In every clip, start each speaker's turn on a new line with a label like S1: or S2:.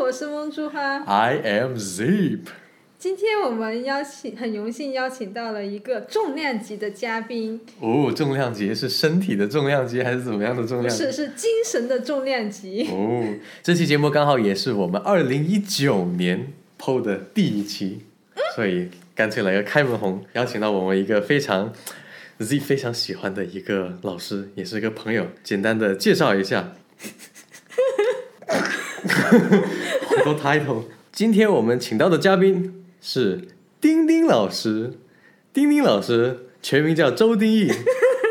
S1: 我是梦珠哈。
S2: I am Zip。
S1: 今天我们邀请，很荣幸邀请到了一个重量级的嘉宾，
S2: 哦，重量级是身体的重量级还是怎么样的重
S1: 不
S2: 量级？
S1: 是是精神的重量级。
S2: 哦，这期节目刚好也是我们二零一九年 PO 的第一期，所以干脆来个开门红，邀请到我们一个非常 Z 非常喜欢的一个老师，也是个朋友，简单的介绍一下。好多 title。今天我们请到的嘉宾是丁丁老师，丁丁老师全名叫周丁义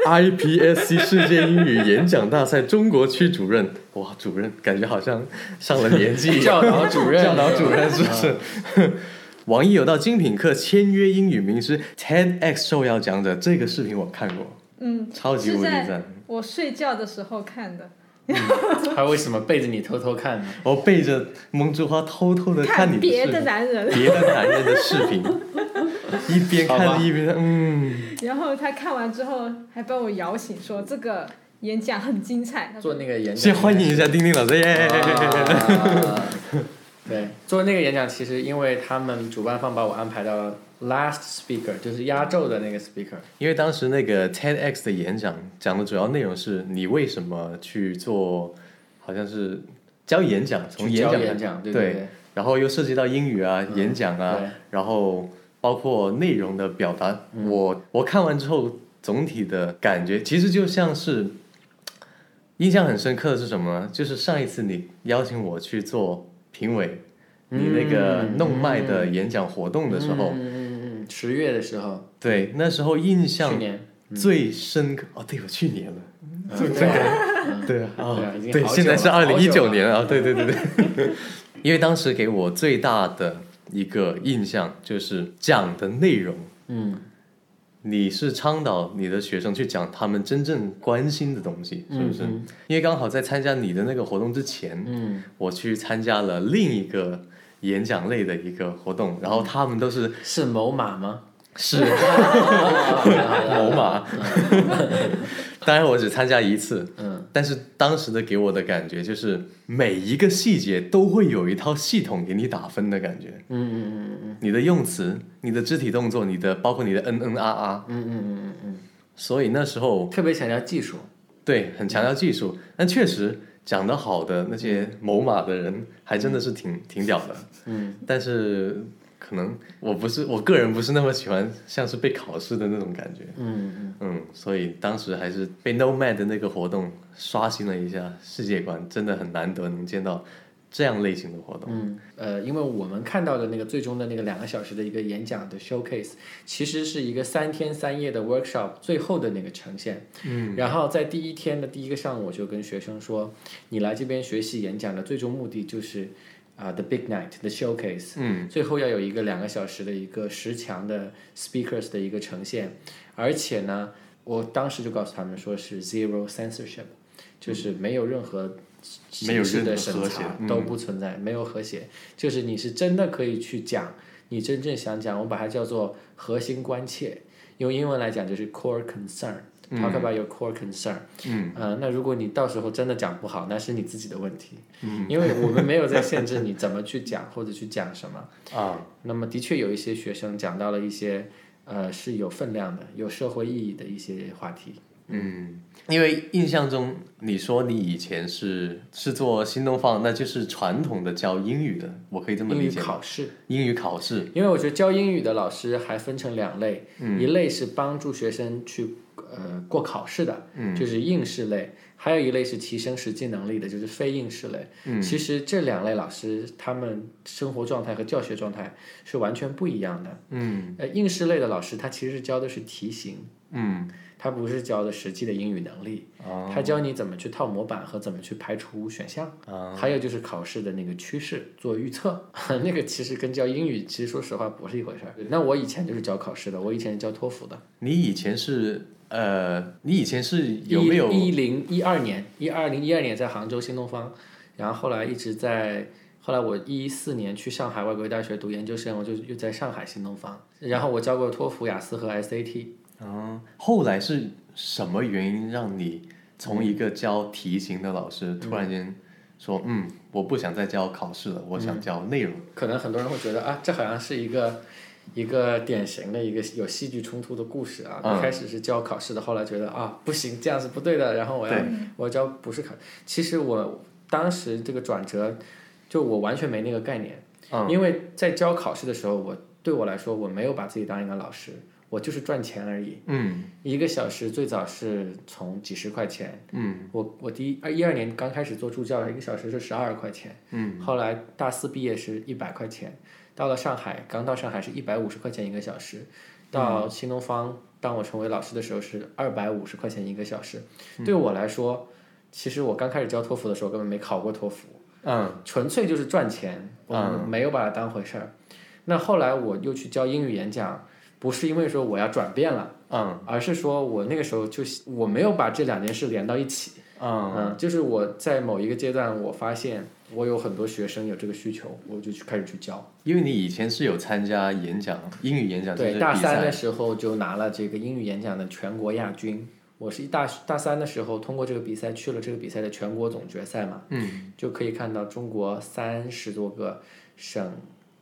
S2: ，IPSC 世界英语演讲大赛中国区主任。哇，主任感觉好像上了年纪一样，
S3: 教导主任
S2: 教导主任是不是？ 王毅有到精品课签约英语名师 TEDx 受邀讲者，这个视频我看过，
S1: 嗯，
S2: 超级无
S1: 是
S2: 敌
S1: 在
S2: 赞。
S1: 我睡觉的时候看的，
S3: 他为什么背着你偷偷看呢？
S2: 我背着蒙珠花偷偷的看
S1: 看
S2: 你的视
S1: 别
S2: 频
S1: 的男人，
S2: 别的男人的视 频，一边
S3: 好
S2: 看
S3: 吧
S2: 一边嗯，
S1: 然后他看完之后还把我摇醒，说这个演讲很精彩。他说
S3: 做那个演讲，
S2: 先欢迎一哎下丁丁老师耶！
S3: 啊。对，做那个演讲，其实因为他们主办方把我安排到了 last speaker，就是压轴的那个 speaker。
S2: 因为当时那个 TEDx 的演讲讲的主要内容是你为什么去做，好像是教演讲，嗯从
S3: 去
S2: 演
S3: 教
S2: 讲
S3: 演讲，对
S2: 对
S3: 对，
S2: 然后又涉及到英语啊、
S3: 嗯
S2: 演讲啊，
S3: 对
S2: 然后包括内容的表达。
S3: 嗯
S2: 我我看完之后总体的感觉，其实就像是印象很深刻的是什么呢？就是上一次你邀请我去做评委，你那个
S3: 嗯
S2: 弄麦的演讲活动的时候，
S3: 嗯嗯嗯嗯，十月的时候，
S2: 对，那时候印
S3: 去
S2: 象
S3: 年，
S2: 最深刻。哦，对，我去年了。
S3: 嗯对
S2: 对啊，
S3: 对啊已经
S2: 对，
S3: 好久
S2: 现在是二
S3: 了
S2: 零
S3: 好
S2: 一
S3: 久
S2: 九
S3: 了
S2: 年了啊，对对对对， 因为当时给我最大的一个印象就是讲的内容，
S3: 嗯
S2: 你是倡导你的学生去讲他们真正关心的东西，是不是？
S3: 嗯
S2: 因为刚好在参加你的那个活动之前，
S3: 嗯，
S2: 我去参加了另一个演讲类的一个活动，然后他们都是
S3: 是某马吗？
S2: 是
S3: 某
S2: 某，马，当然我只参加一次，
S3: 嗯
S2: 但是当时的给我的感觉就是每一个细节都会有一套系统给你打分的感觉，
S3: 嗯嗯嗯
S2: 你的用词、你的肢体动作、你的包括你的嗯嗯啊啊，
S3: 嗯嗯嗯嗯
S2: 所以那时候
S3: 嗯，特别强调技术，
S2: 对很强调技术，但确实讲得好的那些某马的人还真的是挺挺屌的，
S3: 嗯，
S2: 但是可能我不是我个人不是那么喜欢像是被考试的那种感觉，
S3: 嗯嗯。
S2: 嗯，所以当时还是被 Nomad 的那个活动刷新了一下世界观，真的很难得能见到这样类型的活动。
S3: 嗯，呃，因为我们看到的那个最终的那个两个小时的一个演讲的 showcase，其实是一个三天三夜的 workshop 最后的那个呈现。嗯，然后在第一天的第一个上午，我就跟学生说，你来这边学习演讲的最终目的就是啊、the big night，the showcase。
S2: 嗯，
S3: 最后要有一个两个小时的一个十强的 speakers 的一个呈现，而且呢，我当时就告诉他们说是 zero censorship，就是没有任何
S2: 没有
S3: 形
S2: 任
S3: 式
S2: 何
S3: 的审
S2: 和谐
S3: 查
S2: 嗯
S3: 都不存在，没有和谐，就是你是真的可以去讲你真正想讲，我把它叫做核心关切，用英文来讲就是 core
S2: 嗯
S3: concern，talk about your core concern。嗯、呃，那如果你到时候真的讲不好，那是你自己的问题，嗯、因为我们没有在限制你怎么去讲或者去讲什么。
S2: 啊，
S3: 那么的确有一些学生讲到了一些，呃，是有分量的、有社会意义的一些话题。
S2: 嗯，因为印象中你说你以前是是做新东方，那就是传统的教英语的，我可以这么
S3: 英
S2: 理
S3: 语
S2: 解吗。
S3: 考试，
S2: 英语考试，
S3: 因为我觉得教英语的老师还分成两类，
S2: 嗯
S3: 一类是帮助学生去呃过考试的，
S2: 嗯
S3: 就是应试类；还有一类是提升实际能力的，就是非应试类。
S2: 嗯
S3: 其实这两类老师他们生活状态和教学状态是完全不一样的。
S2: 嗯
S3: 呃，应试类的老师他其实教的是题型，
S2: 嗯，
S3: 他不是教的实际的英语能力。
S2: 啊
S3: 他教你怎么去套模板和怎么去排除选项，
S2: 啊，
S3: 还有就是考试的那个趋势做预测， 那个其实跟教英语其实说实话不是一回事儿。那我以前就是教考试的，我以前是教托福的，
S2: 你以前是呃，你以前是有没有
S3: 一零一二年，一二零一二年在杭州新东方，然后后来一直在，后来我一四年去上海外国语大学读研究生，我就又在上海新东方，然后我教过托福、雅思和 SAT，
S2: 啊？后来是什么原因让你从一个教题型的老师突然间说嗯，我不想再教考试了，我想教内容。
S3: 可能很多人会觉得啊，这好像是一个一个典型的一个有戏剧冲突的故事啊。
S2: 嗯
S3: 开始是教考试的，后来觉得啊不行，这样是不对的，然后我要
S2: 对
S3: 我要教不是考。其实我当时这个转折，就我完全没那个概念，
S2: 嗯
S3: 因为在教考试的时候，我对我来说我没有把自己当一个老师，我就是赚钱而已。
S2: 嗯
S3: 一个小时最早是从几十块钱。
S2: 嗯
S3: 我我第一二一二年刚开始做助教，一个小时是十二块钱，嗯，后来大四毕业是一百块钱，到了上海，刚到上海是一百五十块钱一个小时，到新东方，当我成为老师的时候是二百五十块钱一个小时。对我来说，其实我刚开始教托福的时候根本没考过托福，
S2: 嗯
S3: 纯粹就是赚钱，我没有把它当回事儿。那后来我又去教英语演讲，不是因为说我要转变了，
S2: 嗯
S3: 而是说我那个时候就是我没有把这两件事连到一起。
S2: 嗯
S3: 嗯，就是我在某一个阶段，我发现我有很多学生有这个需求，我就去开始去教。
S2: 因为你以前是有参加演讲，英语演讲这
S3: 对，
S2: 些
S3: 大
S2: 比
S3: 三
S2: 赛，
S3: 的时候就拿了这个英语演讲的全国亚军。我是一大大三的时候通过这个比赛去了这个比赛的全国总决赛嘛，嗯，就可以看到中国三十多个省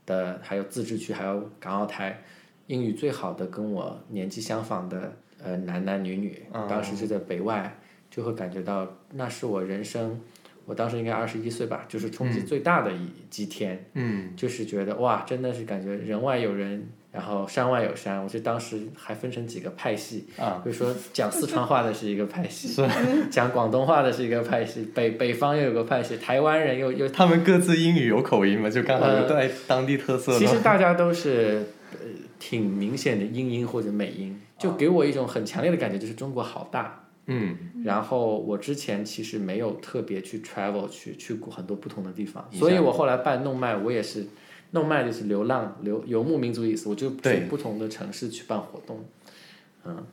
S3: 的，还有自治区，还有港澳台，英语最好的跟我年纪相仿的呃男男女女，
S2: 嗯
S3: 当时就在北外，就会感觉到那是我人生，我当时应该二十一岁吧，就是冲击最大的一几天。
S2: 嗯，
S3: 就是觉得哇，真的是感觉人外有人，然后山外有山。我就当时还分成几个派系，啊、比如说讲四川话的是一个派系， 讲广东话的是一个派系，北北方又有个派系，台湾人又又，
S2: 他们各自英语有口音嘛，就刚好 有带当地特色
S3: 其
S2: 的。
S3: 实大家都是呃挺明显的英音或者美音，就给我一种很强烈的感觉，就是中国好大。
S2: 嗯
S3: 然后我之前其实没有特别去 travel 去去过很多不同的地方，
S2: 你
S3: 所以我后来办弄麦，我也是弄麦就是流浪流游牧民族的意思，我就去
S2: 对
S3: 不同的城市去办活动。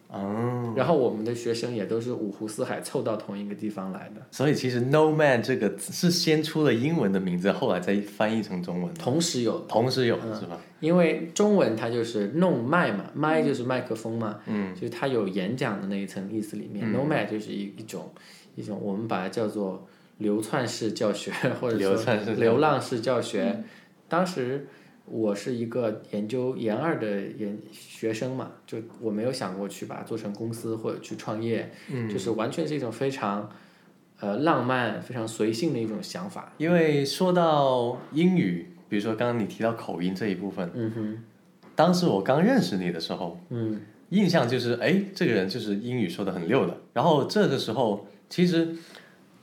S2: 哦，
S3: 然后我们的学生也都是五湖四海凑到同一个地方来的，
S2: 所以其实 “no man” 这个字是先出了英文的名字，后来再翻译成中文，
S3: 同时有，
S2: 同时有、
S3: 嗯
S2: 是吧？
S3: 因为中文它就是弄麦嘛，麦就是麦克风嘛，嗯，就是它有演讲的那一层意思里
S2: 嗯
S3: 面，弄麦就是一一种一种我们把它叫做流窜式教学，或者说
S2: 流窜式教学嗯
S3: 流浪式教学。当时我是一个研究研二的研学生嘛，就我没有想过去把它做成公司或者去创业，
S2: 嗯
S3: 就是完全是一种非常呃浪漫、非常随性的一种想法。
S2: 因为说到英语，比如说刚刚你提到口音这一部分，
S3: 嗯哼，
S2: 当时我刚认识你的时候，
S3: 嗯，
S2: 印象就是哎，这个人就是英语说的很溜的。然后这个时候，其实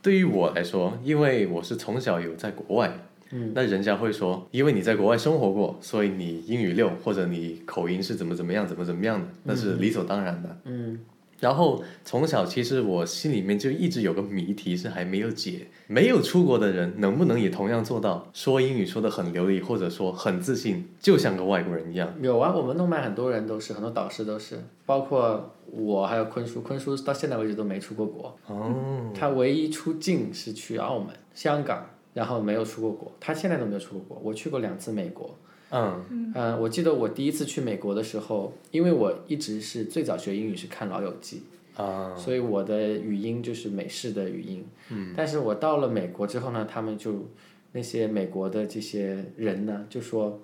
S2: 对于我来说，因为我是从小有在国外，嗯，那人家会说，因为你在国外生活过，所以你英语溜，或者你口音是怎么怎么样，怎么怎么样的，那是理所当然的。
S3: 嗯，
S2: 然后从小，其实我心里面就一直有个谜题是还没有解：没有出国的人能不能也同样做到说英语说的很流利，或者说很自信，就像个外国人一样？
S3: 有啊，我们动漫很多人都是，很多导师都是，包括我，还有坤叔，坤叔到现在为止都没出过国，
S2: 哦，
S3: 他唯一出境是去澳门、香港，然后没有出过国，他现在都没有出过国。我去过两次美国，
S2: 嗯
S3: 嗯、我记得我第一次去美国的时候，因为我一直是最早学英语是看《老友记》
S2: 啊，
S3: 所以我的语音就是美式的语音。嗯，但是我到了美国之后呢，他们就那些美国的这些人呢，就说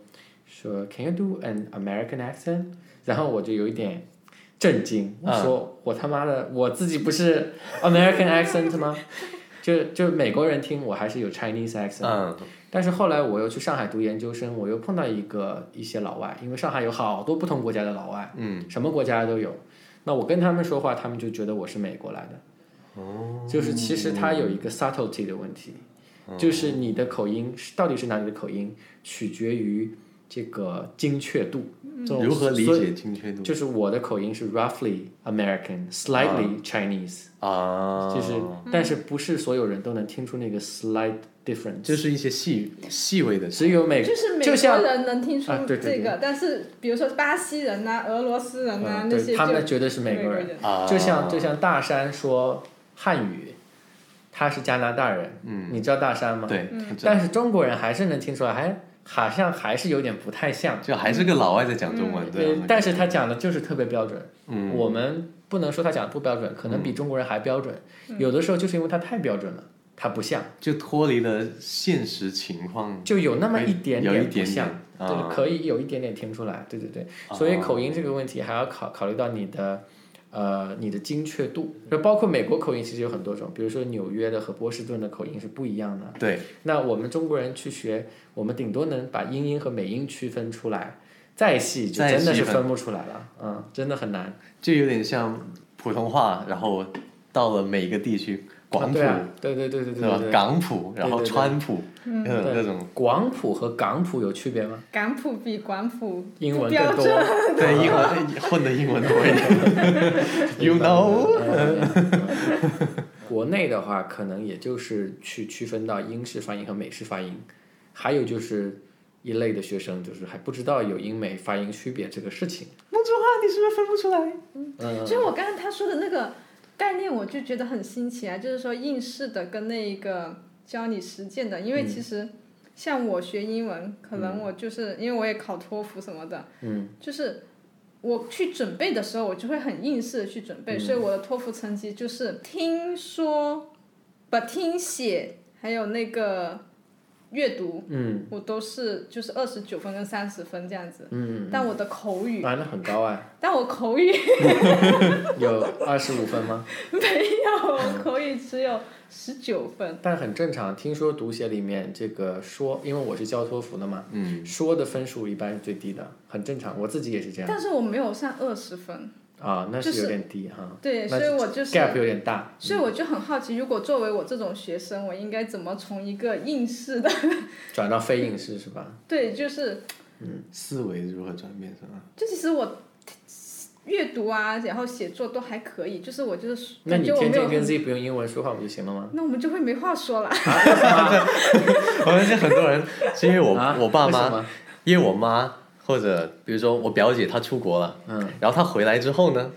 S3: 说 Can you do an American accent？然后我就有一点震惊，我说我他妈的我自己不是 American accent 吗？ 就就美国人听我还是有 Chinese accent，、
S2: 嗯
S3: 但是后来我又去上海读研究生，我又碰到一个一些老外，因为上海有好多不同国家的老外，嗯，什么国家都有。那我跟他们说话，他们就觉得我是美国来的，哦，就是其实它有一个 subtlety 的问题，
S2: 哦
S3: 就是你的口音是到底是哪里的口音，取决于这个精确度，这种
S2: 嗯如何理
S3: 所以
S2: 解精确度
S3: 就是我的口音是 roughly American，slightly Chinese，、
S2: 啊？
S3: 就是
S1: 嗯
S3: 但是不是所有人都能听出那个 slight difference，
S2: 就是一些细细微的，
S3: 只有美
S1: 就是美
S3: 就
S1: 国
S3: 像
S1: 人能听出
S3: 啊对对对
S1: 这个，但是比如说巴西人呐、俄罗斯人呐、
S3: 嗯
S1: 那
S3: 对
S1: 些就
S3: 他们觉得是美
S1: 美
S3: 国人
S1: 人。
S2: 啊，
S3: 就像就像大山说汉语，他是加拿大人，嗯，你知道大山吗？
S2: 对，
S3: 但是中国人还是能听出来，还好像还是有点不太像。
S2: 就还是个老外在讲中文，对
S3: 呃，但是他讲的就是特别标准，嗯，
S1: 嗯
S3: 我们不能说他讲的不标准，可能比中国人还标准。有的时候就是因为他太标准了，它不像，
S2: 就脱离了现实情况，
S3: 就嗯有那么一点
S2: 有一
S3: 不
S2: 点
S3: 像，
S2: 点
S3: 对，
S2: 啊
S3: 可以有一点点听出来，对对对。所以
S2: 哦
S3: 口音这个问题还要考考虑到你的，呃，你的精确度，就包括美国口音其实有很多种，比如说纽约的和波士顿的口音是不一样的。
S2: 对，
S3: 那我们中国人去学，我们顶多能把英音和美音区分出来，再细就
S2: 再
S3: 真的
S2: 细
S3: 是
S2: 分
S3: 分不出来了，嗯，真的很难。
S2: 就有点像普通话，然后到了每个地区，广
S3: 啊
S2: 普
S3: 对啊，对对对对
S2: 是
S3: 对
S2: 吧
S3: 对？对。
S2: 港普，然后
S3: 对对对
S2: 川普，嗯各种
S3: 对
S2: 各种，
S3: 广普和港普有区别吗？
S1: 港普比广普
S3: 英
S1: 不
S3: 文
S1: 标
S3: 更多
S1: 准。，
S2: 对英文混的英文多一点 ，You
S3: 明白
S2: know，
S3: 了嗯嗯国内的话，可能也就是去区分到英式发音和美式发音，还有就是一类的学生就是还不知道有英美发音区别这个事情。
S2: 孟竹花，你是不是分不出来？
S3: 嗯，
S1: 就是我刚刚他说的那个概念，我就觉得很新奇啊，就是说应试的跟那个教你实践的，因
S3: 嗯
S1: 为其实像我学英文，可能我就是、因为我也考托福什么的，嗯，就是我去准备的时候，我就会很应试的去准备，
S3: 嗯
S1: 所以我的托福成绩就是听说、把听写还有那个阅读，
S3: 嗯
S1: 我都是就是二十九分跟三十分这样子，嗯，但我的口语，
S3: 啊，那很高啊，
S1: 但我口语。
S3: 有二十五分吗？
S1: 没有，口语只有十九分。
S3: 但很正常。听说读写里面这个说，因为我是教托福的嘛，
S2: 嗯，
S3: 说的分数一般是最低的，很正常。我自己也是这样
S1: 但是我没有上二十分，
S3: 啊，那
S1: 就是
S3: 有点低哈。
S1: 对，
S3: 那
S1: 所以我就是，
S3: gap 有点大，
S1: 所以我就很好奇，如果作为我这种学生，我应该怎么从一个应试的，
S3: 转到非应试是吧？
S1: 对，就是，
S2: 思维如何转变是吧？
S1: 就其实我阅读啊，然后写作都还可以，就是我就是
S3: 那
S1: 感
S3: 你
S1: 觉我
S3: 天
S1: 没
S3: 天跟
S1: 有，
S3: 自己不用英文说话不就行了吗？
S1: 那我们就会没话说了。
S2: 我相信很多人是因为我、
S3: 啊
S2: 我爸
S3: 为什
S2: 妈，
S3: 么
S2: 因为我妈或者比如说我表姐她出国了，
S3: 嗯，
S2: 然后她回来之后呢，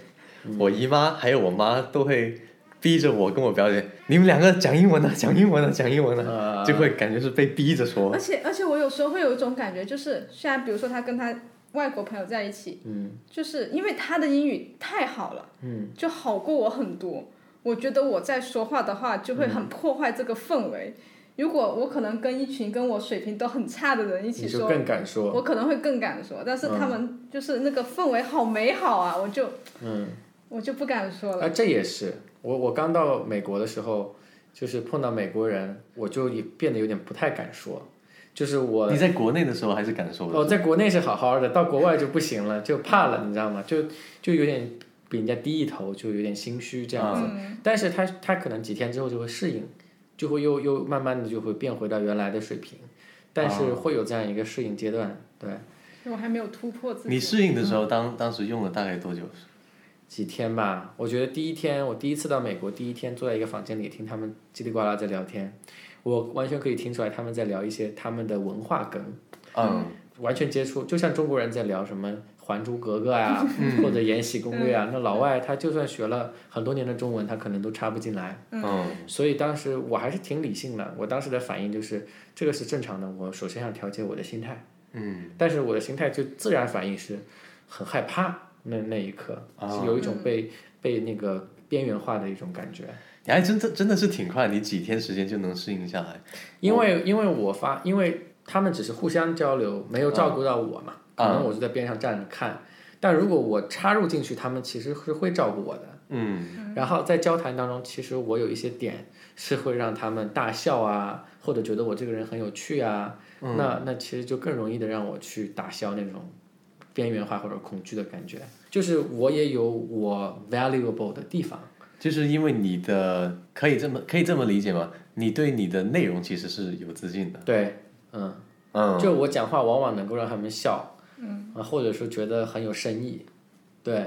S2: 我姨妈还有我妈都会逼着我跟我表姐，你们两个讲英文呢、啊讲英文呢、讲英文呢、
S1: 呃
S3: 啊
S2: 就会感觉是被逼着说
S1: 而。且而且我有时候会有一种感觉，就是虽然比如说他跟他外国朋友在一起，
S3: 嗯，
S1: 就是因为他的英语太好了，嗯，就好过我很多。我觉得我在说话的话就会很破坏这个氛围。如果我可能跟一群跟我水平都很差的人一起
S3: 你就
S1: 说，
S3: 更敢说，
S1: 我可能会更敢说，但是他们就是那个氛围好美好啊，我就
S3: 嗯，
S1: 我就不敢说了。
S3: 啊，这也是我我刚到美国的时候，就是碰到美国人，我就也变得有点不太敢说，就是我
S2: 你在国内的时候还是敢说的，
S3: 哦，在国内是好好的，到国外就不行了，就怕了，你知道吗？就就有点比人家低一头，就有点心虚这样子。
S1: 嗯
S3: 但是他他可能几天之后就会适应，就会又又慢慢的就会变回到原来的水平，但是会有这样一个适应阶段，对，
S1: 我还没有突破自己。
S2: 你适应的时候当当时用了大概多久？
S3: 几天吧。我觉得第一天，我第一次到美国，第一天坐在一个房间里听他们叽里呱啦在聊天，我完全可以听出来他们在聊一些他们的文化梗。
S2: 嗯，
S3: 完全接触，就像中国人在聊什么《还珠格格》啊，或者《延禧攻略》啊，那老外他就算学了很多年的中文，他可能都插不进来。
S2: 嗯，
S3: 所以当时我还是挺理性的，我当时的反应就是这个是正常的，我首先要调节我的心态。嗯，但是我的心态就自然反应是很害怕，那那一刻
S2: 啊
S3: 是有一种被、被那个边缘化的一种感觉。
S2: 你还真的真的是挺快，你几天时间就能适应下来。
S3: 因为因为我发，因为他们只是互相交流，没有照顾到我嘛，
S2: 啊
S3: 可能我就在边上站着看。但如果我插入进去，他们其实是会照顾我的。
S2: 嗯，
S3: 然后在交谈当中，其实我有一些点是会让他们大笑啊，或者觉得我这个人很有趣啊。那那其实就更容易的让我去打消那种边缘化或者恐惧的感觉。就是我也有我 valuable 的地方。
S2: 就是因为你的可以这么可以这么理解吗？你对你的内容其实是有自信的。
S3: 对，嗯。
S2: 嗯，
S3: 就我讲话往往能够让他们笑，嗯，啊，或者说觉得很有深意，对，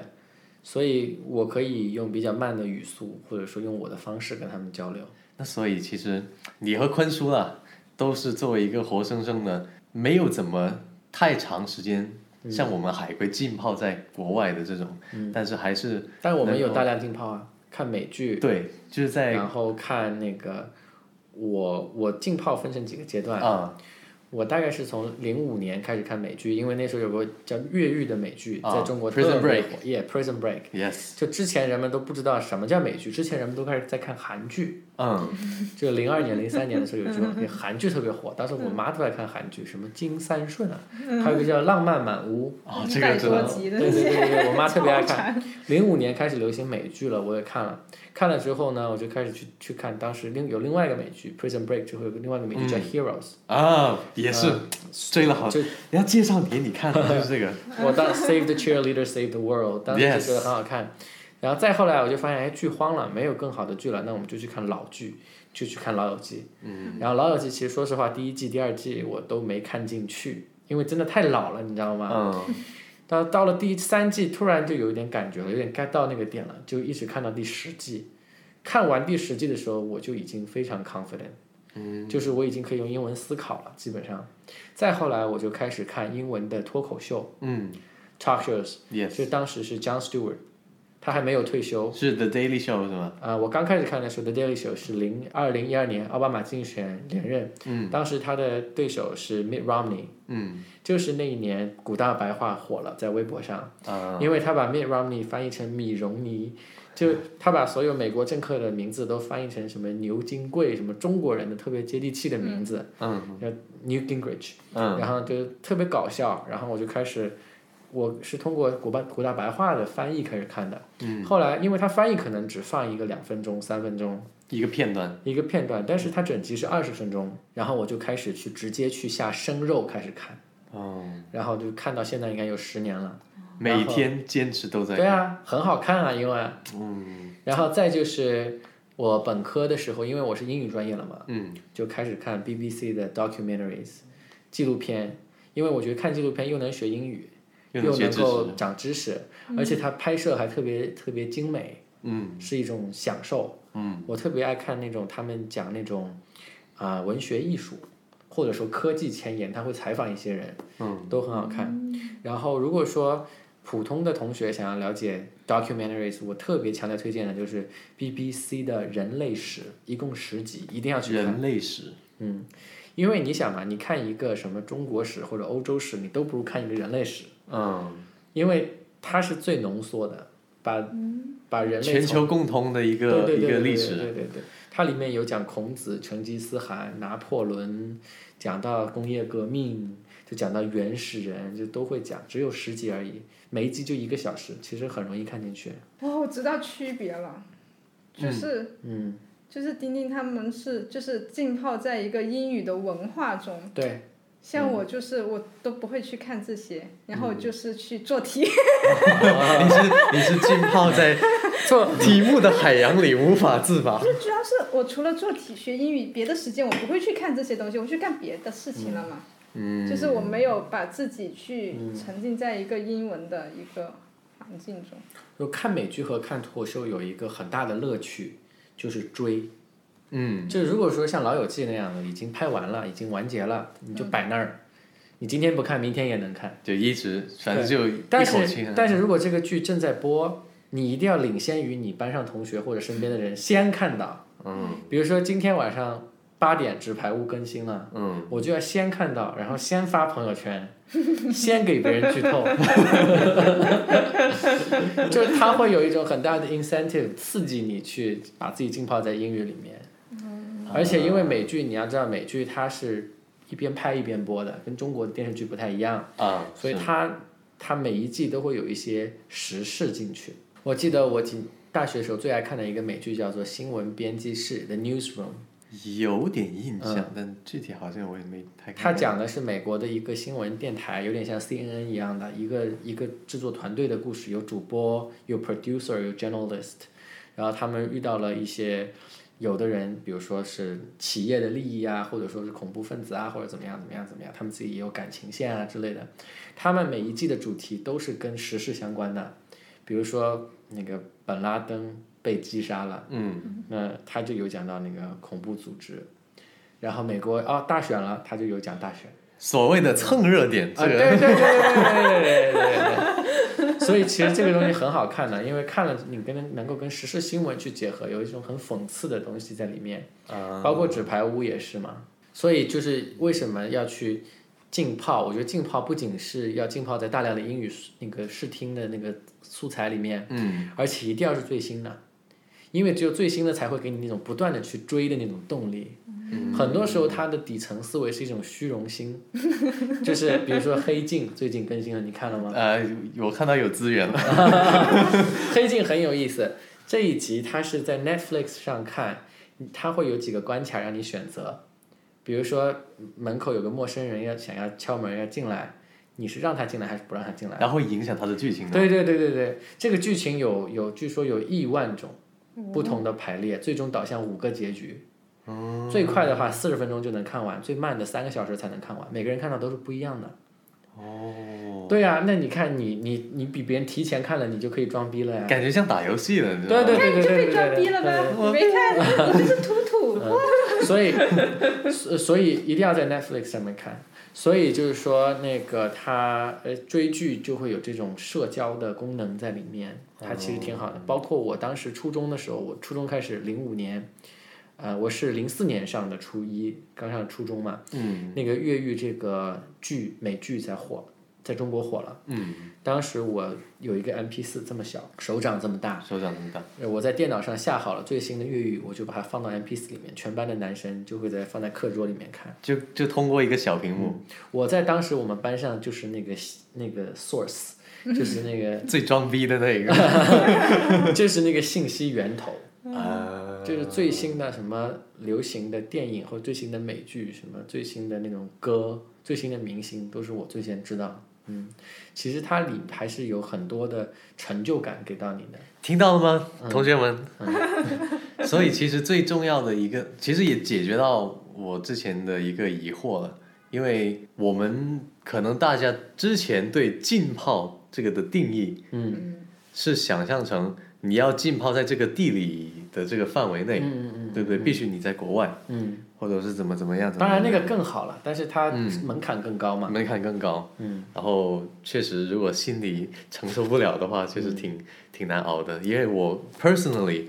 S3: 所以我可以用比较慢的语速，或者说用我的方式跟他们交流。
S2: 那所以其实你和坤叔啊，都是作为一个活生生的，没有怎么太长时间，像我们海归浸泡在国外的这种，但是还是
S3: 但我们有大量浸泡啊，看美剧，
S2: 对，就是在
S3: 然后看那个，我我浸泡分成几个阶段，
S2: 啊、
S3: 我大概是从零五年开始看美剧，因为那时候有个叫越狱的美剧，
S2: 啊
S3: 在中国
S2: Prison
S3: 特别火，Yeah，Prison Break。
S2: Yes，
S3: 就之前人们都不知道什么叫美剧，之前人们都开始在看韩剧。
S2: 嗯，
S3: 就零二年、零三年的时候有这种韩剧特别火，当时我妈都在看韩剧，什么金三顺啊，还有一个叫《浪漫满屋》。
S2: 哦，
S1: 一
S2: 这个
S1: 百
S2: 知
S1: 多
S2: 道，
S1: 集嗯的
S3: 对对对对，我妈特别 爱
S1: 超
S3: 看。零五年开始流行美剧了，我也看了。看了之后呢，我就开始去去看，当时另有另外一个美剧《Prison Break》，之后有个另外一个美剧叫《Heroes
S2: 啊，也是嗯追了好，
S3: 就
S2: 人家介绍给你看的就是这 个，》，
S3: 我当 Save the Cheerleader, Save the World，当时就觉得
S2: Yes
S3: 很好看。然后再后来我就发现，哎，剧荒了，没有更好的剧了，那我们就去看老剧，就去看《老友记》。嗯。然后《老友记》其实说实话，第一季、第二季我都没看进去，因为真的太老了，你知道吗？
S2: 嗯，
S3: 到到了第三季，突然就有一点感觉了，有点该到那个点了，就一直看到第十季。看完第十季的时候，我就已经非常 confident，嗯，就是我已经可以用英文思考了，基本上。再后来，我就开始看英文的脱口秀，
S2: 嗯
S3: ，talk shows，
S2: ，Yes，
S3: 就当时是 John Stewart，他还没有退休。
S2: 是 The Daily Show 是吗？
S3: 啊、我刚开始看的时候，《The Daily Show》是零二零一二年奥巴马竞选连任，嗯，当时他的对手是 Mitt Romney，
S2: 嗯，
S3: 就是那一年古大白话火了，在微博上。
S2: 啊，
S3: 因为他把 Mitt Romney 翻译成米romney，就他把所有美国政客的名字都翻译成什么牛金贵，什么中国人的特别接地气的名字，
S2: 嗯
S3: 叫 New Gingrich，
S2: 嗯
S3: 然后就特别搞笑，然后我就开始，我是通过古巴古大白话的翻译开始看的，
S2: 嗯，
S3: 后来因为他翻译可能只放一个两分钟、三分钟
S2: 一个片段，
S3: 一个片段，但是他整集是二十分钟，然后我就开始去直接去下生肉开始看，
S2: 哦，
S3: 然后就看到现在应该有十年了。
S2: 每天坚持都在，
S3: 对啊，很好看啊，因为，
S2: 嗯
S3: 然后再就是我本科的时候，因为我是英语专业了嘛，
S2: 嗯
S3: 就开始看 BBC 的 documentaries 纪录片，因为我觉得看纪录片又能学英语，
S2: 又
S3: 又
S2: 能学知识
S3: 够长知识，而且它拍摄还特别特别精美，
S2: 嗯
S3: 是一种享受。
S2: 嗯，
S3: 我特别爱看那种他们讲那种啊、文学艺术。或者说科技前沿，他会采访一些人，
S2: 嗯，
S3: 都很好看。然后如果说普通的同学想要了解 documentaries，我特别强烈推荐的就是 BBC 的人类史，一共十集，一定要去看。
S2: 人类史，
S3: 嗯，因为你想嘛，你看一个什么中国史或者欧洲史，你都不如看一个人类史，
S2: 嗯，
S3: 因为它是最浓缩的，把把啊人类
S2: 全
S3: 从
S2: 球共通的一个
S3: 对对
S2: 一
S3: 对
S2: 个
S3: 对
S2: 历
S3: 对
S2: 史，
S3: 对对对，它里面有讲孔子、成吉思汗、拿破仑，讲到工业革命，就讲到原始人，就都会讲，只有十集而已，每一集就一个小时，其实很容易看进去。
S1: 哦，我知道区别了，就是、
S3: 嗯，
S1: 就是丁丁他们是就是浸泡在一个英语的文化中，
S3: 对，
S1: 像
S3: 嗯
S1: 我就是我都不会去看这些，然后就是去做题，
S2: 你是你是浸泡 在
S3: 做
S2: 题目的海洋里无法自拔，
S1: 主要是我除了做题学英语，别的时间我不会去看这些东西，我去干别的事情了嘛。
S2: 嗯，
S1: 就是我没有把自己去
S3: 嗯
S1: 沉浸在一个英文的一个环境中。
S3: 就看美剧和看脱口秀有一个很大的乐趣，就是追。
S2: 嗯，
S3: 就如果说像《老友记》那样的，已经拍完了，已经完结了，你就摆那儿，你今天不看，明天也能看。
S2: 就一直反正就一
S3: 但
S2: 口气啊
S3: 是，但是如果这个剧正在播，你一定要领先于你班上同学或者身边的人先看到。
S2: 嗯
S3: 比如说今天晚上八点纸牌屋更新了，
S2: 嗯，
S3: 我就要先看到，然后先发朋友圈， 先给别人剧透， 就是它会有一种很大的 incentive 刺激你去把自己浸泡在英语里面。而且因为美剧，你要知道美剧它是一边拍一边播的，跟中国的电视剧不太一样。
S2: 啊，
S3: 所以
S2: 是
S3: 它它每一季都会有一些时事进去。我记得我几大学时候最爱看的一个美剧叫做《新闻编辑室》（The Newsroom），
S2: 有点印象，但具体好像我也没太看过。
S3: 它嗯讲的是美国的一个新闻电台，有点像 CNN 一样的一个一个制作团队的故事，有主播，有 producer，有 journalist，然后他们遇到了一些。有的人，比如说是企业的利益啊，或者说是恐怖分子啊，或者怎么样怎么样怎么样，他们自己也有感情线啊之类的。他们每一季的主题都是跟时事相关的，比如说那个本拉登被击杀了，
S2: 嗯，
S3: 那他就有讲到那个恐怖组织，然后美国哦大选了，他就有讲大选。
S2: 所谓的蹭热点，这
S3: 啊，对
S2: 个
S3: 对对对对对对对对。所以其实这个东西很好看的，因为看了你跟能够跟时事新闻去结合，有一种很讽刺的东西在里面。
S2: 啊，
S3: 包括纸牌屋也是嘛。所以就是为什么要去浸泡？我觉得浸泡不仅是要浸泡在大量的英语那个试听的那个素材里面，嗯，而且一定要是最新的，因为只有最新的才会给你那种不断的去追的那种动力。很多时候，它的底层思维是一种虚荣心，就是比如说《黑镜》最近更新了，你看了吗？
S2: 呃，我看到有资源了。
S3: 黑镜很有意思，这一集它是在 Netflix 上看，它会有几个关卡让你选择，比如说门口有个陌生人要想要敲门要进来，你是让他进来还是不让他进来？
S2: 然后影响它的剧情的。
S3: 对对对对对，这个剧情有有据说有亿万种不同的排列，最终导向五个结局。
S2: 嗯
S3: 最快的话四十分钟就能看完，最慢的三个小时才能看完，每个人看到都是不一样的。
S2: 哦，
S3: 对呀、那你看你你你比别人提前看了，你就可以装逼了呀。
S2: 感觉像打游戏了，你知道
S3: 对
S2: 吗？
S3: 对对
S1: 看你
S3: 对
S1: 就
S3: 对
S1: 被
S3: 对
S1: 装
S3: 对
S1: 逼了吧？你没看， 你就是土土。
S3: 所以，所所以一定要在 Netflix 上面看。所以就是说，那个它呃追剧就会有这种社交的功能在里面，它其实挺好的。包括我当时初中的时候，我初中开始零五年，呃，我是零四年上的初一，刚上初中嘛。嗯。那个越狱这个剧美剧才火，在中国火了。嗯。当时我有一个 MP 四这么小，手掌这么大。
S2: 手掌这么大，
S3: 呃我在电脑上下好了最新的越狱，我就把它放到 M P 四里面，全班的男生就会在放在课桌里面看。
S2: 就就通过一个小屏幕，
S3: 我在当时我们班上就是那个那个 source，就是 那个
S2: 最装逼的那一个。
S3: 就是那个信息源头，
S2: 啊，
S3: 就是最新的什么流行的电影或者最新的美剧，什么最新的那种歌、最新的明星，都是我最先知道的。嗯，其实它里还是有很多的成就感给到你的。
S2: 听到了吗，
S3: 嗯
S2: 同学们？ 所以其实最重要的一个，其实也解决到我之前的一个疑惑了，因为我们可能大家之前对浸泡这个的定义
S3: 嗯
S2: 是想象成你要浸泡在这个地理的这个范围内，
S3: 嗯嗯
S2: 对不对？必须你在国外，
S3: 嗯，
S2: 或者是怎么怎么样。怎么
S3: 当然
S2: 样
S3: 那个更好了，但是它
S2: 嗯
S3: 门槛更高嘛。
S2: 门槛更高，
S3: 嗯，
S2: 然后确实如果心里承受不了的话，确实挺、挺难熬的。因为我 personally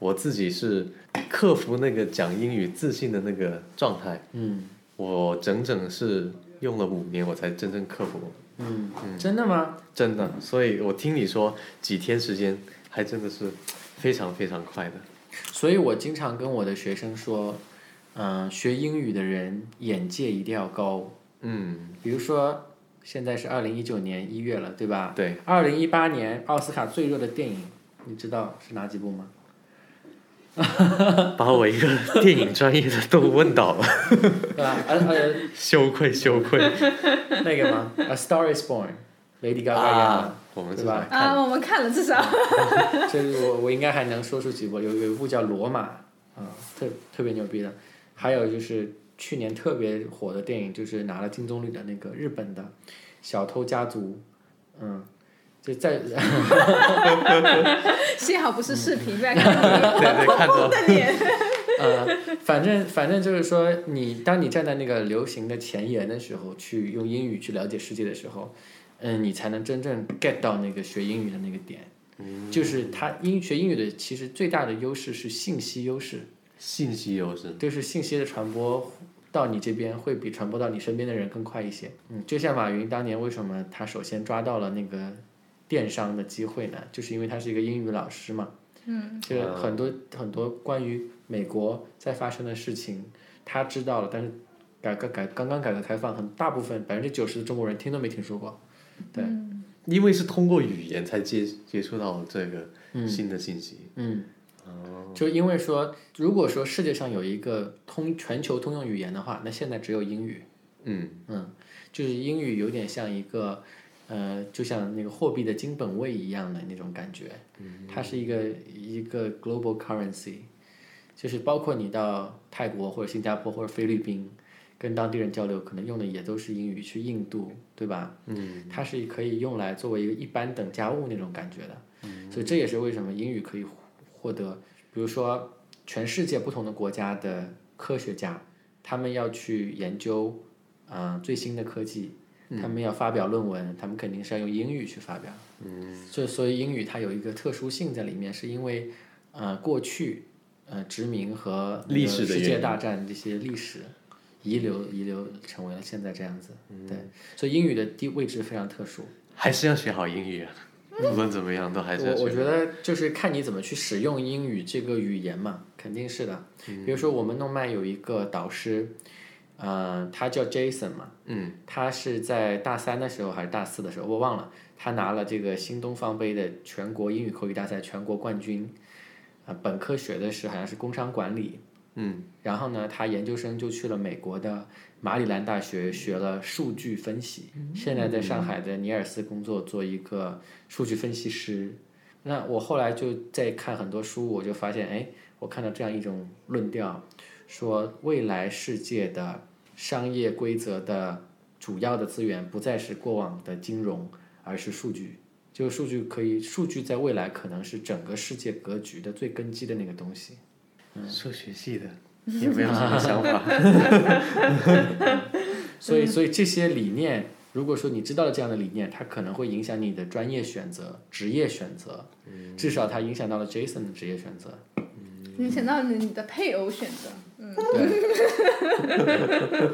S2: 我自己是克服那个讲英语自信的那个状态，
S3: 嗯
S2: 我整整是用了五年我才真正克服，
S3: 嗯，真的吗？
S2: 真的。所以我听你说几天时间，还真的是非常非常快的。
S3: 所以我经常跟我的学生说，嗯、学英语的人眼界一定要高。
S2: 嗯，
S3: 比如说，现在是二零一九年一月了，对吧？
S2: 对，
S3: 二零一八年奥斯卡最热的电影，你知道是哪几部吗？
S2: 把我一个电影专业的都问倒了，
S3: 对吧？呃呃，
S2: 羞愧羞愧。
S3: 那个吗？A Star Is Born，雷迪嘎嘎演的。
S2: 啊，我们
S3: 对
S2: 是
S3: 吧
S2: 来看
S1: 啊，我们看了至少。
S3: 这个我我应该还能说出几部，有有一部叫《罗马》，啊、特特别牛逼的，还有就是去年特别火的电影，就是拿了金棕榈的那个日本的《小偷家族》，嗯，就在
S1: 幸好不是视频， 不然看你
S2: 对对，看到
S1: 我的脸。
S3: 呃，反正反正就是说你，当你站在那个流行的前沿的时候，去用英语去了解世界的时候，嗯，你才能真正 get 到那个学英语的那个点。就是他英学英语的其实最大的优势是信息优势，
S2: 信息优势。
S3: 就是信息的传播到你这边会比传播到你身边的人更快一些。嗯，就像马云当年为什么他首先抓到了那个电商的机会呢？就是因为他是一个英语老师嘛。嗯，就是很多很多关于美国在发生的事情，他知道了，但是改革改刚刚改革开放，很大部分百分之九十的中国人听都没听说过。对，
S2: 因为是通过语言才接接触到这个新的信息，
S3: 嗯，就因为说，如果说世界上有一个通全球通用语言的话，那现在只有英语。
S2: 嗯
S3: 嗯，就是英语有点像一个，呃，就像那个货币的金本位一样的那种感觉。它是一个一个 global currency，就是包括你到泰国或者新加坡或者菲律宾，跟当地人交流，可能用的也都是英语。去印度，对吧？嗯，它是可以用来作为一个一般等价物那种感觉的。嗯，所以这也是为什么英语可以获得，比如说全世界不同的国家的科学家，他们要去研究，嗯、最新的科技。
S2: 嗯
S3: 他们要发表论文，他们肯定是要用英语去发表。嗯，所以所以英语它有一个特殊性在里面，是因为，呃，过去，呃，殖民和那个
S2: 历史的
S3: 世
S2: 原
S3: 界
S2: 因
S3: 大战这些历史遗留遗留成为了现在这样子。
S2: 嗯
S3: 对，所以英语的地位置非常特殊。
S2: 还是要学好英语啊，无论怎么样都还是要
S3: 我我
S2: 学。
S3: 觉得就是看你怎么去使用英语这个语言嘛，肯定是的。
S2: 嗯
S3: 比如说我们诺曼有一个导师，呃，他叫 Jason 嘛，
S2: 嗯，
S3: 他是在大三的时候还是大四的时候，我忘了，他拿了这个新东方杯的全国英语口语大赛全国冠军，啊、本科学的是好像是工商管理，嗯，然后呢，他研究生就去了美国的马里兰大学学了数据分析，现在在上海的尼尔斯工作做一个数据分析师。那我后来就在看很多书，我就发现，哎，我看到这样一种论调，说未来世界的商业规则的主要的资源不再是过往的金融，而是数据。就是数据可以，数据在未来可能是整个世界格局的最根基的那个东西。
S2: 数学系 的也没有什么想法。
S3: 所以，所以这些理念，如果说你知道了这样的理念，它可能会影响你的专业选择、职业选择。至少它影响到了 Jason 的职业选择。
S1: 你想到你的配偶选择，
S3: 对。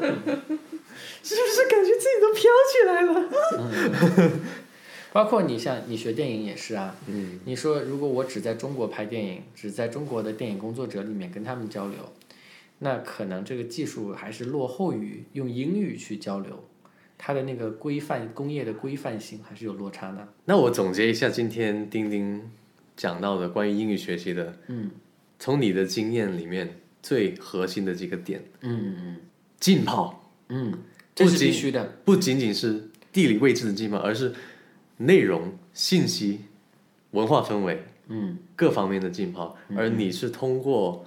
S2: 是不是感觉自己都飘起来了？
S3: 包括你像你学电影也是啊，嗯，你说如果我只在中国拍电影，只在中国的电影工作者里面跟他们交流，那可能这个技术还是落后于用英语去交流，它的那个规范工业的规范性还是有落差的。
S2: 那我总结一下今天丁丁讲到的关于英语学习的，
S3: 嗯，
S2: 从你的经验里面最核心的几个点，
S3: 嗯嗯
S2: 浸泡
S3: 嗯，这是必须的。
S2: 不仅仅是地理位置的浸泡，而是内容、信息、文化氛围
S3: 嗯
S2: 各方面的浸泡。而你是通过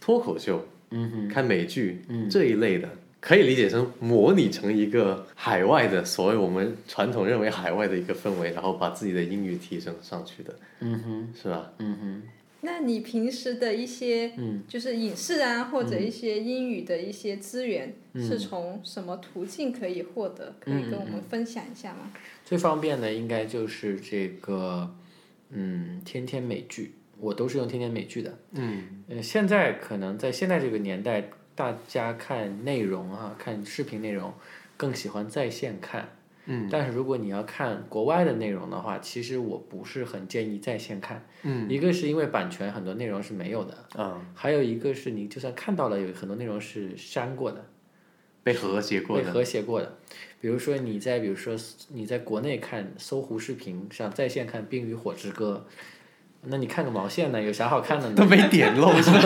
S2: 脱口秀、
S3: 嗯哼
S2: 看美剧、
S3: 嗯
S2: 这一类的。可以理解成模拟成一个海外的所谓我们传统认为海外的一个氛围，然后把自己的英语提升上去的，
S3: 嗯哼
S2: 是吧？
S3: 嗯哼
S1: 那你平时的一些
S3: 嗯
S1: 就是影视啊，或者一些英语的一些资源，是从什么途径可以获得？可以跟我们分享一下吗？
S3: 最方便的应该就是这个，嗯，天天美剧，我都是用天天美剧的。嗯，呃，现在可能在现在这个年代，大家看内容啊，看视频内容，更喜欢在线看。嗯，但是如果你要看国外的内容的话，其实我不是很建议在线看。嗯，一个是因为版权很多内容是没有的，
S2: 啊，
S3: 还有一个是你就算看到了，有很多内容是删过的。
S2: 被和谐过
S3: 被
S2: 的，
S3: 和谐 过的。比如说你在，比如说你在国内看搜狐视频上在线看《冰与火之歌》，那你看个毛线呢？有啥好看的呢？
S2: 都被点漏是吧？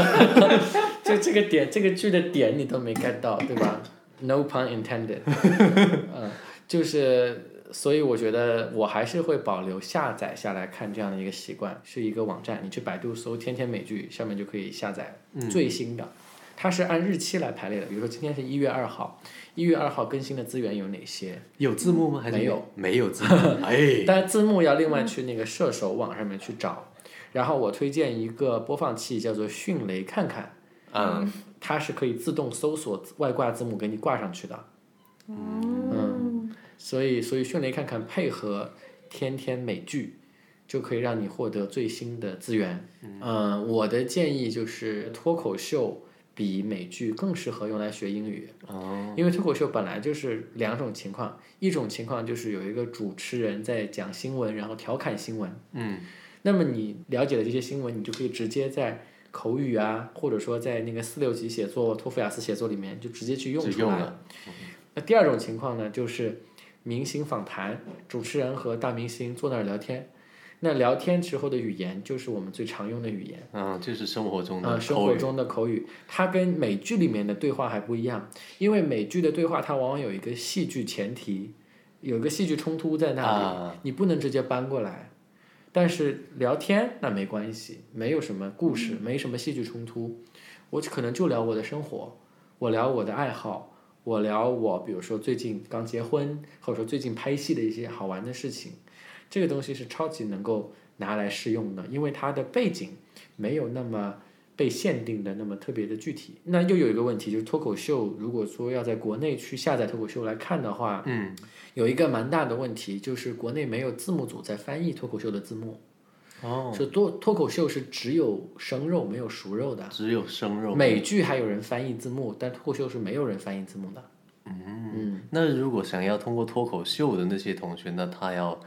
S3: 就这个点，这个剧的点你都没 get 到，对吧？No pun intended 。嗯，就是。所以我觉得我还是会保留下载下来看这样的一个习惯，是一个网站，你去百度搜“天天美剧”，上面就可以下载
S2: 嗯
S3: 最新的。它是按日期来排列的，比如说今天是一月二号，一月二号更新的资源有哪些？
S2: 有字幕吗？还是
S3: 没有？
S2: 没有字幕。 哎，
S3: 但字幕要另外去那个射手网上面去找。然后我推荐一个播放器叫做迅雷看看，
S2: 嗯，
S3: 它是可以自动搜索外挂字幕给你挂上去的。嗯，所以所以迅雷看看配合天天美剧，就可以让你获得最新的资源。嗯，我的建议就是脱口秀比美剧更适合用来学英语。
S2: 哦，
S3: 因为脱口秀本来就是两种情况，一种情况就是有一个主持人在讲新闻，然后调侃新闻，
S2: 嗯，
S3: 那么你了解了这些新闻，你就可以直接在口语啊，或者说在那个四六级写作、托福雅思写作里面就直接去用
S2: 就
S3: 出
S2: 用
S3: 来
S2: 了。嗯
S3: 那第二种情况呢，就是明星访谈，主持人和大明星坐那儿聊天，那聊天时候的语言就是我们最常用的语言。
S2: 嗯，就是生活中
S3: 呃
S2: 的
S3: 生
S2: 口
S3: 活
S2: 语，
S3: 中的口语，它跟美剧里面的对话还不一样，因为美剧的对话它往往有一个戏剧前提，有一个戏剧冲突在那里，
S2: 啊
S3: 你不能直接搬过来。但是聊天那没关系，没有什么故事，没什么戏剧冲突，我可能就聊我的生活，我聊我的爱好，我聊我比如说最近刚结婚，或者说最近拍戏的一些好玩的事情，这个东西是超级能够拿来试用的，因为它的背景没有那么被限定的那么特别的具体。那又有一个问题就是脱口秀，如果说要在国内去下载脱口秀来看的话，嗯，有一个蛮大的问题就是国内没有字幕组在翻译脱口秀的字幕。
S2: 哦，
S3: 说脱脱口秀是只有生肉没有熟肉的，
S2: 只有生肉。
S3: 美剧还有人翻译字幕，但脱口秀是没有人翻译字幕的。嗯
S2: 那如果想要通过脱口秀的那些同学，那他要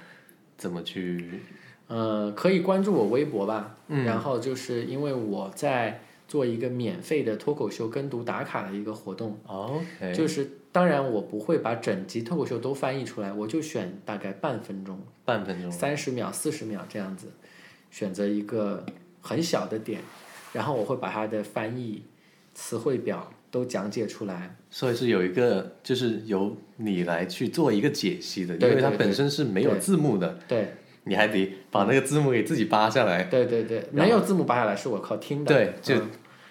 S2: 怎么去？
S3: 呃，可以关注我微博吧。
S2: 嗯
S3: 然后就是因为我在做一个免费的脱口秀跟读打卡的一个活动。
S2: 哦，
S3: 就是当然我不会把整集脱口秀都翻译出来，我就选大概半分钟、
S2: 半分钟。
S3: 三十秒、四十秒这样子，选择一个很小的点，然后我会把它的翻译词汇表都讲解出来。
S2: 所以是有一个，就是由你来去做一个解析的，
S3: 对
S2: 因为它
S3: 对
S2: 本身是没有字幕的，
S3: 对
S2: 你还得把那个字幕给自己扒下来，
S3: 对对对，没有字幕扒下来是我靠听的。
S2: 对就
S3: 嗯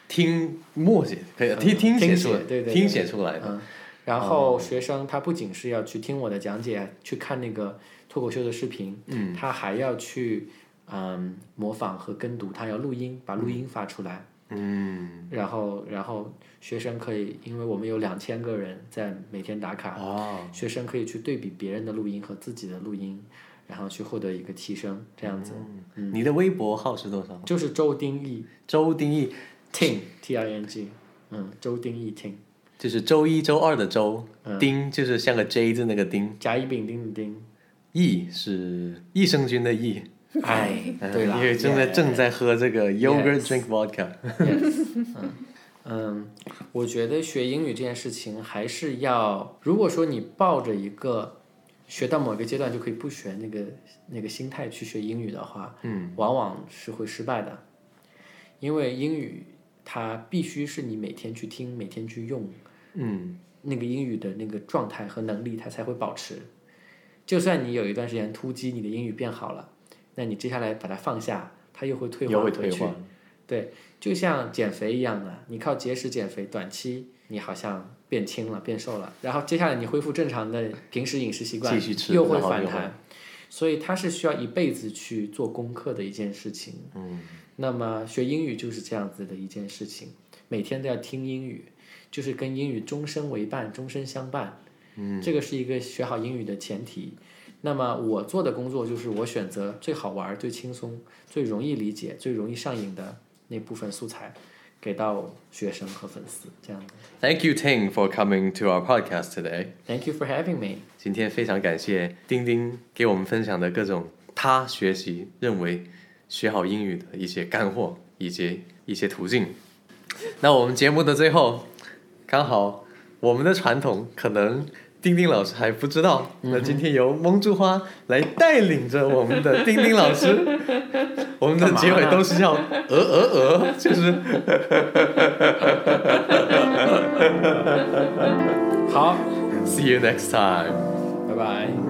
S2: 听默写，可以
S3: 嗯
S2: 听
S3: 听
S2: 写
S3: 写
S2: 出来，
S3: 对对对
S2: 听写出来的。
S3: 嗯，然后学生他不仅是要去听我的讲解，去看那个脱口秀的视频，嗯，他还要去嗯模仿和跟读，他要录音，把录音发出来。
S2: 嗯，
S3: 然后，然后学生可以，因为我们有两千个人在每天打卡，
S2: 哦，
S3: 学生可以去对比别人的录音和自己的录音，然后去获得一个提升，这样子。
S2: 你的微博号是多少？
S3: 就是嗯周丁义
S2: 周丁义，
S3: Ting T I N G，嗯，周丁义 Ting，
S2: 就是周一周二的周，
S3: 嗯
S2: 丁就是像个 J 字那个丁，
S3: 甲乙丙丁的丁。
S2: 益是益生菌的益。 啊
S3: 哎，对了，
S2: 因为正在
S3: yeah
S2: 正在喝这个 yogurt drink vodka。
S3: 嗯，我觉得学英语这件事情还是要，如果说你抱着一个学到某一个阶段就可以不学那个那个心态去学英语的话，嗯，往往是会失败的，因为英语它必须是你每天去听、每天去用，嗯，那个英语的那个状态和能力它才会保持。就算你有一段时间突击你的英语变好了，那你接下来把它放下，它又会退化
S2: 又会
S3: 回
S2: 退
S3: 去。
S2: 化。
S3: 对，就像减肥一样的，你靠节食减肥，短期你好像变轻了、变瘦了，然后接下来你恢复正常的平时饮食习惯，
S2: 继续吃
S3: 又会
S2: 然后
S3: 反
S2: 又会
S3: 弹，所以它是需要一辈子去做功课的一件事情。嗯，那么学英语就是这样子的一件事情，每天都要听英语，就是跟英语终身为伴、终身相伴。嗯，这个是一个学好英语的前提。那么我做的工作就是我选择最好玩儿、最轻松、最容易理解、最容易上瘾的那部分素材，给到学生和粉丝。这样子
S2: Thank you Ting for coming to our podcast today。
S3: ，Thank you for having me。
S2: 今天非常感谢丁丁给我们分享的各种他学习认为学好英语的一些干货，以及一些途径。那我们节目的最后，刚好我们的传统可能。丁丁老师还不知道，那今天由蒙珠花来带领着我们的丁丁老师，我们的结尾都是叫呃呃呃，就是
S3: 好，
S2: See you next time.
S3: 拜拜。